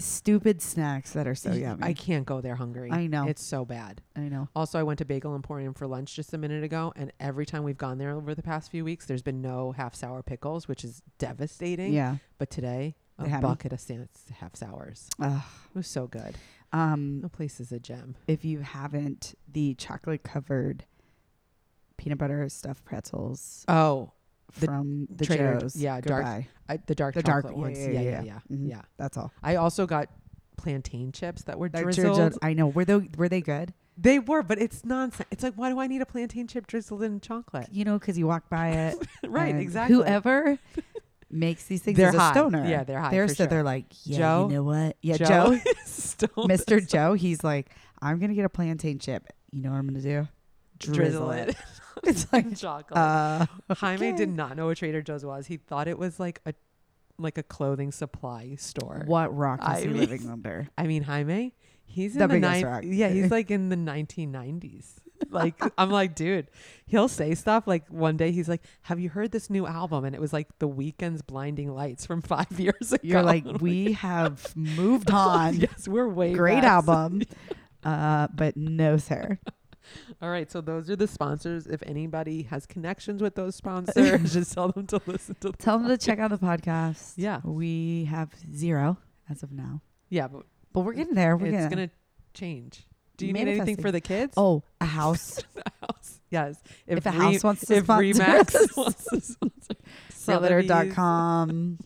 S2: stupid snacks that are so
S1: Y-
S2: yummy.
S1: I can't go there hungry.
S2: I know.
S1: It's so bad.
S2: I know.
S1: Also, I went to Bagel Emporium for lunch just a minute ago, and every time we've gone there over the past few weeks, there's been no half sour pickles, which is devastating.
S2: Yeah.
S1: But today, a
S2: They had 'em.
S1: bucket of san- half sours.
S2: Ugh.
S1: It was so good.
S2: Um,
S1: The place is a gem.
S2: if you haven't, the chocolate covered peanut butter stuffed pretzels
S1: Oh, The-
S2: from the
S1: Trader-
S2: Joe's.
S1: yeah,
S2: Go
S1: dark-
S2: buy.
S1: I, the dark
S2: The dark-
S1: chocolate
S2: yeah,
S1: ones.
S2: yeah,
S1: Yeah, yeah, yeah.
S2: yeah,
S1: Yeah, Mm-hmm.
S2: Mhm. That's all.
S1: I also got plantain chips that were
S2: Like,
S1: drizzled.
S2: Trader Joe's- I know. Were they were they good?
S1: They were, but it's nonsense. It's like, why do I need a plantain chip drizzled in chocolate?
S2: You know, because you walk by it.
S1: right,
S2: and
S1: exactly.
S2: Whoever makes these things
S1: They're
S2: is a
S1: high.
S2: stoner.
S1: Yeah, they're high.
S2: They're
S1: for
S2: so
S1: sure.
S2: they're like, yeah,
S1: Joe?
S2: you know what? Yeah,
S1: Joe,
S2: Joe,
S1: is stoned.
S2: Mr. Joe, he's like, I'm gonna get a plantain chip. You know what I'm gonna do?
S1: drizzle it.
S2: It's like,
S1: in chocolate.
S2: uh,
S1: Jaime
S2: okay.
S1: did not know what Trader Joe's was. He thought it was like a like a clothing supply store.
S2: what rock is
S1: I
S2: he
S1: mean-
S2: living under?
S1: I mean, Jaime, he's in
S2: The
S1: the,
S2: biggest
S1: nine-
S2: rock.
S1: yeah, he's like in the 1990s. Like I'm like, dude, he'll say stuff like one day he's like, "Have you heard this new album?" And it was like The Weeknd's "Blinding Lights" from five years ago.
S2: You're like, we have moved on.
S1: yes, we're way
S2: Great
S1: back."
S2: album, uh, but no, sir.
S1: All right, so those are the sponsors. If anybody has connections with those sponsors, just tell them to listen to. The
S2: Tell them to check out the podcast.
S1: Yeah.
S2: We have zero as of now.
S1: Yeah, but
S2: But we're getting there. We're
S1: it's
S2: gonna,
S1: gonna change. Do you need anything
S2: Manifesting.
S1: for the kids?
S2: Oh, a house.
S1: The house. Yes.
S2: if, a
S1: Re-
S2: house wants to
S1: if
S2: sponsor
S1: Remax
S2: us,
S1: wants to sponsor Sotheby's.
S2: realtor.com.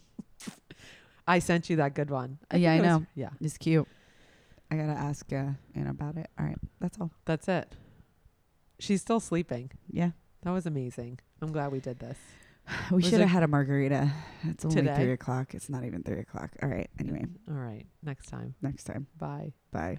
S1: I sent you that good one.
S2: Uh, yeah,
S1: think
S2: I
S1: it was-
S2: know.
S1: Yeah,
S2: It's cute. I gotta ask uh, Anna about it. All right, that's all.
S1: that's it. She's still sleeping.
S2: Yeah,
S1: That was amazing. I'm glad we did this.
S2: we
S1: Was
S2: should have
S1: it-
S2: had a margarita. It's only
S1: Today?
S2: three o'clock. It's not even three o'clock. All right. Anyway,
S1: All right. Next time.
S2: next time.
S1: Bye.
S2: Bye.